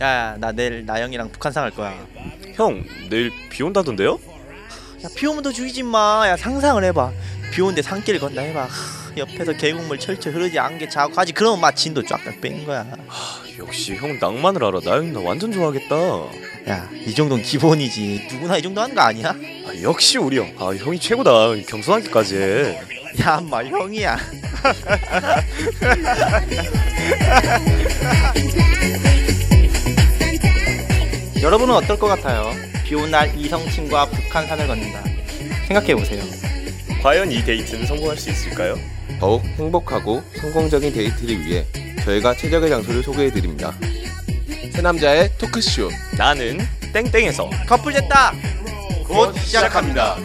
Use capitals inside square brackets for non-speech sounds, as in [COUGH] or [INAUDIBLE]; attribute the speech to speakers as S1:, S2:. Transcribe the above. S1: 야야 나 내일 나영이랑 북한상 할 거야 야
S2: 형 내일 비 온다던데요?
S1: 비오면 더 죽이지 마야 상상을 해봐 비 오는데 산길 건다 해봐 하, 옆에서 계곡물 철철 흐르지 않게 자고 하지 그러면 마 진도 쫙쫙 빼는 거야
S2: 역시 형 낭만을 알아 나영이 나 완전 좋아하겠다
S1: 야 이 정도는 기본이지 누구나 이 정도 하는 거 아니야?
S2: 아, 역시 우리 형아 형이 최고다 겸손하기까지 해
S1: 야 인마 [LAUGHS] 형이야 여러분은 어떨 것 같아요? 비온 날 이성친과 북한산을 걷는다 생각해보세요
S2: 과연 이 데이트는 성공할 수 있을까요?
S3: 더욱 행복하고 성공적인 데이트를 위해 저희가 최적의 장소를 소개해드립니다. 새 남자의 토크쇼.
S2: 나는 땡땡에서
S1: 커플 됐다! 곧 시작합니다.